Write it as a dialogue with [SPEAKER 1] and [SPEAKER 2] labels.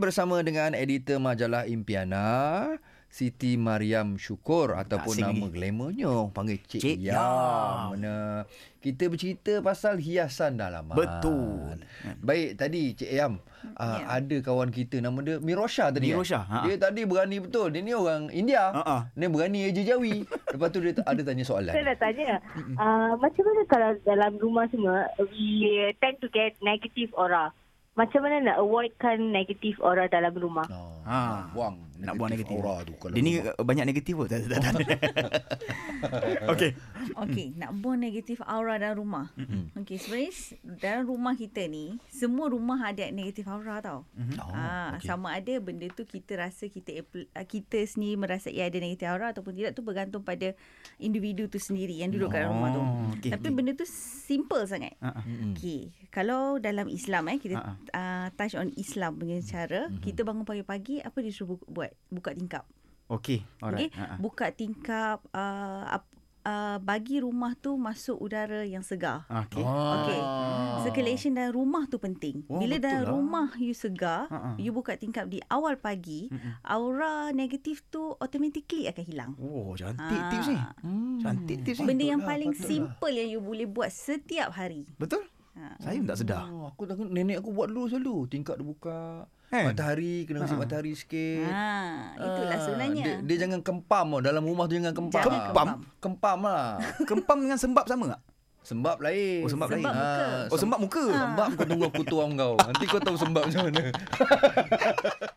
[SPEAKER 1] Bersama dengan editor majalah Impiana, Siti Mariam Syukur ataupun
[SPEAKER 2] Asing
[SPEAKER 1] nama
[SPEAKER 2] lagi.
[SPEAKER 1] glamournya orang panggil Cik,
[SPEAKER 2] Cik
[SPEAKER 1] Yam.
[SPEAKER 2] Yam.
[SPEAKER 1] Mana kita bercerita pasal hiasan dalaman.
[SPEAKER 2] Betul. Hmm. Ya.
[SPEAKER 1] Baik tadi Cik Yam, uh, ada kawan kita nama dia Mirosha tadi.
[SPEAKER 2] Mirosha,
[SPEAKER 1] Kan?
[SPEAKER 2] ha.
[SPEAKER 1] Dia tadi berani betul. Dia ni orang India.
[SPEAKER 2] Ha-ha.
[SPEAKER 1] Dia berani je Jawi. Lepas tu dia t- ada tanya soalan.
[SPEAKER 3] Saya nak tanya, uh, macam mana kalau dalam rumah semua, we tend to get negative aura. Macam mana nak avoidkan negative aura dalam rumah?
[SPEAKER 1] Oh,
[SPEAKER 2] Ha.
[SPEAKER 1] nak buang
[SPEAKER 2] Nak buang negatif.
[SPEAKER 1] aura tu kalau
[SPEAKER 2] Dia ni eh,
[SPEAKER 1] rumah.
[SPEAKER 2] banyak negatif pun. Tak, tak, tak, tak. Okey.
[SPEAKER 4] Okey, nak buang negatif aura dalam rumah.
[SPEAKER 1] Mm-mm.
[SPEAKER 4] Mm-hmm. Okey, sebenarnya s- dalam rumah kita ni, semua rumah ada negatif aura tau.
[SPEAKER 2] Mhm.
[SPEAKER 1] Oh,
[SPEAKER 4] ah,
[SPEAKER 1] okey.
[SPEAKER 4] sama ada benda tu kita rasa kita appl- ah, kita sendiri merasa ia ada negatif aura ataupun tidak tu bergantung pada individu tu sendiri yang duduk kat dalam rumah tu.
[SPEAKER 2] Oh, okey.
[SPEAKER 4] Tapi benda tu simple sangat.
[SPEAKER 2] Ha, ha.
[SPEAKER 1] Mm-mm.
[SPEAKER 4] Okey, kalau dalam Islam eh kita
[SPEAKER 2] Ha, Hmm. ha.
[SPEAKER 4] uh, touch on Islam punya cara,
[SPEAKER 1] Mhm.
[SPEAKER 4] kita bangun pagi-pagi apa dia suruh bu- buat? Buka tingkap.
[SPEAKER 2] Okey. Alright.
[SPEAKER 4] Okey,
[SPEAKER 2] Ha, ha.
[SPEAKER 4] buka tingkap uh, ap, uh, bagi rumah tu masuk udara yang segar.
[SPEAKER 2] Ha, Okey.
[SPEAKER 4] Okey.
[SPEAKER 1] Ah.
[SPEAKER 4] Circulation dalam rumah tu penting.
[SPEAKER 2] Oh,
[SPEAKER 4] Bila
[SPEAKER 2] betul
[SPEAKER 4] dalam
[SPEAKER 2] lah.
[SPEAKER 4] rumah you segar,
[SPEAKER 2] Ha, ha.
[SPEAKER 4] you buka tingkap di awal pagi,
[SPEAKER 2] Mm-mm.
[SPEAKER 4] aura negatif tu automatically akan hilang.
[SPEAKER 2] Oh, cantik
[SPEAKER 4] Ah.
[SPEAKER 2] tips ni.
[SPEAKER 1] Hmm.
[SPEAKER 2] Cantik tips ni.
[SPEAKER 4] Benda yang
[SPEAKER 1] Patutlah,
[SPEAKER 4] paling
[SPEAKER 1] patutlah.
[SPEAKER 4] simple yang you boleh buat setiap hari.
[SPEAKER 2] Betul?
[SPEAKER 4] Ha.
[SPEAKER 2] Saya pun tak sedar.
[SPEAKER 1] Oh, aku takut nenek aku buat dulu selalu. Tingkap dia buka.
[SPEAKER 2] Kan?
[SPEAKER 1] Matahari, kena kasih
[SPEAKER 2] Ha.
[SPEAKER 1] matahari sikit.
[SPEAKER 4] Ha, itulah
[SPEAKER 1] Ah,
[SPEAKER 4] sebenarnya.
[SPEAKER 1] Eh, Dia, dia jangan kempam tau. Dalam rumah tu jangan kempam.
[SPEAKER 4] Jangan
[SPEAKER 2] Kempam?
[SPEAKER 1] Kempam lah.
[SPEAKER 2] Kempam dengan sembab sama tak?
[SPEAKER 1] Sembab lain.
[SPEAKER 2] Oh, sembab Sembab lain.
[SPEAKER 4] muka.
[SPEAKER 1] Ah,
[SPEAKER 2] Oh, sembab muka.
[SPEAKER 1] Sembab kau tunggu aku tuang kau. Nanti kau tahu sembab macam mana.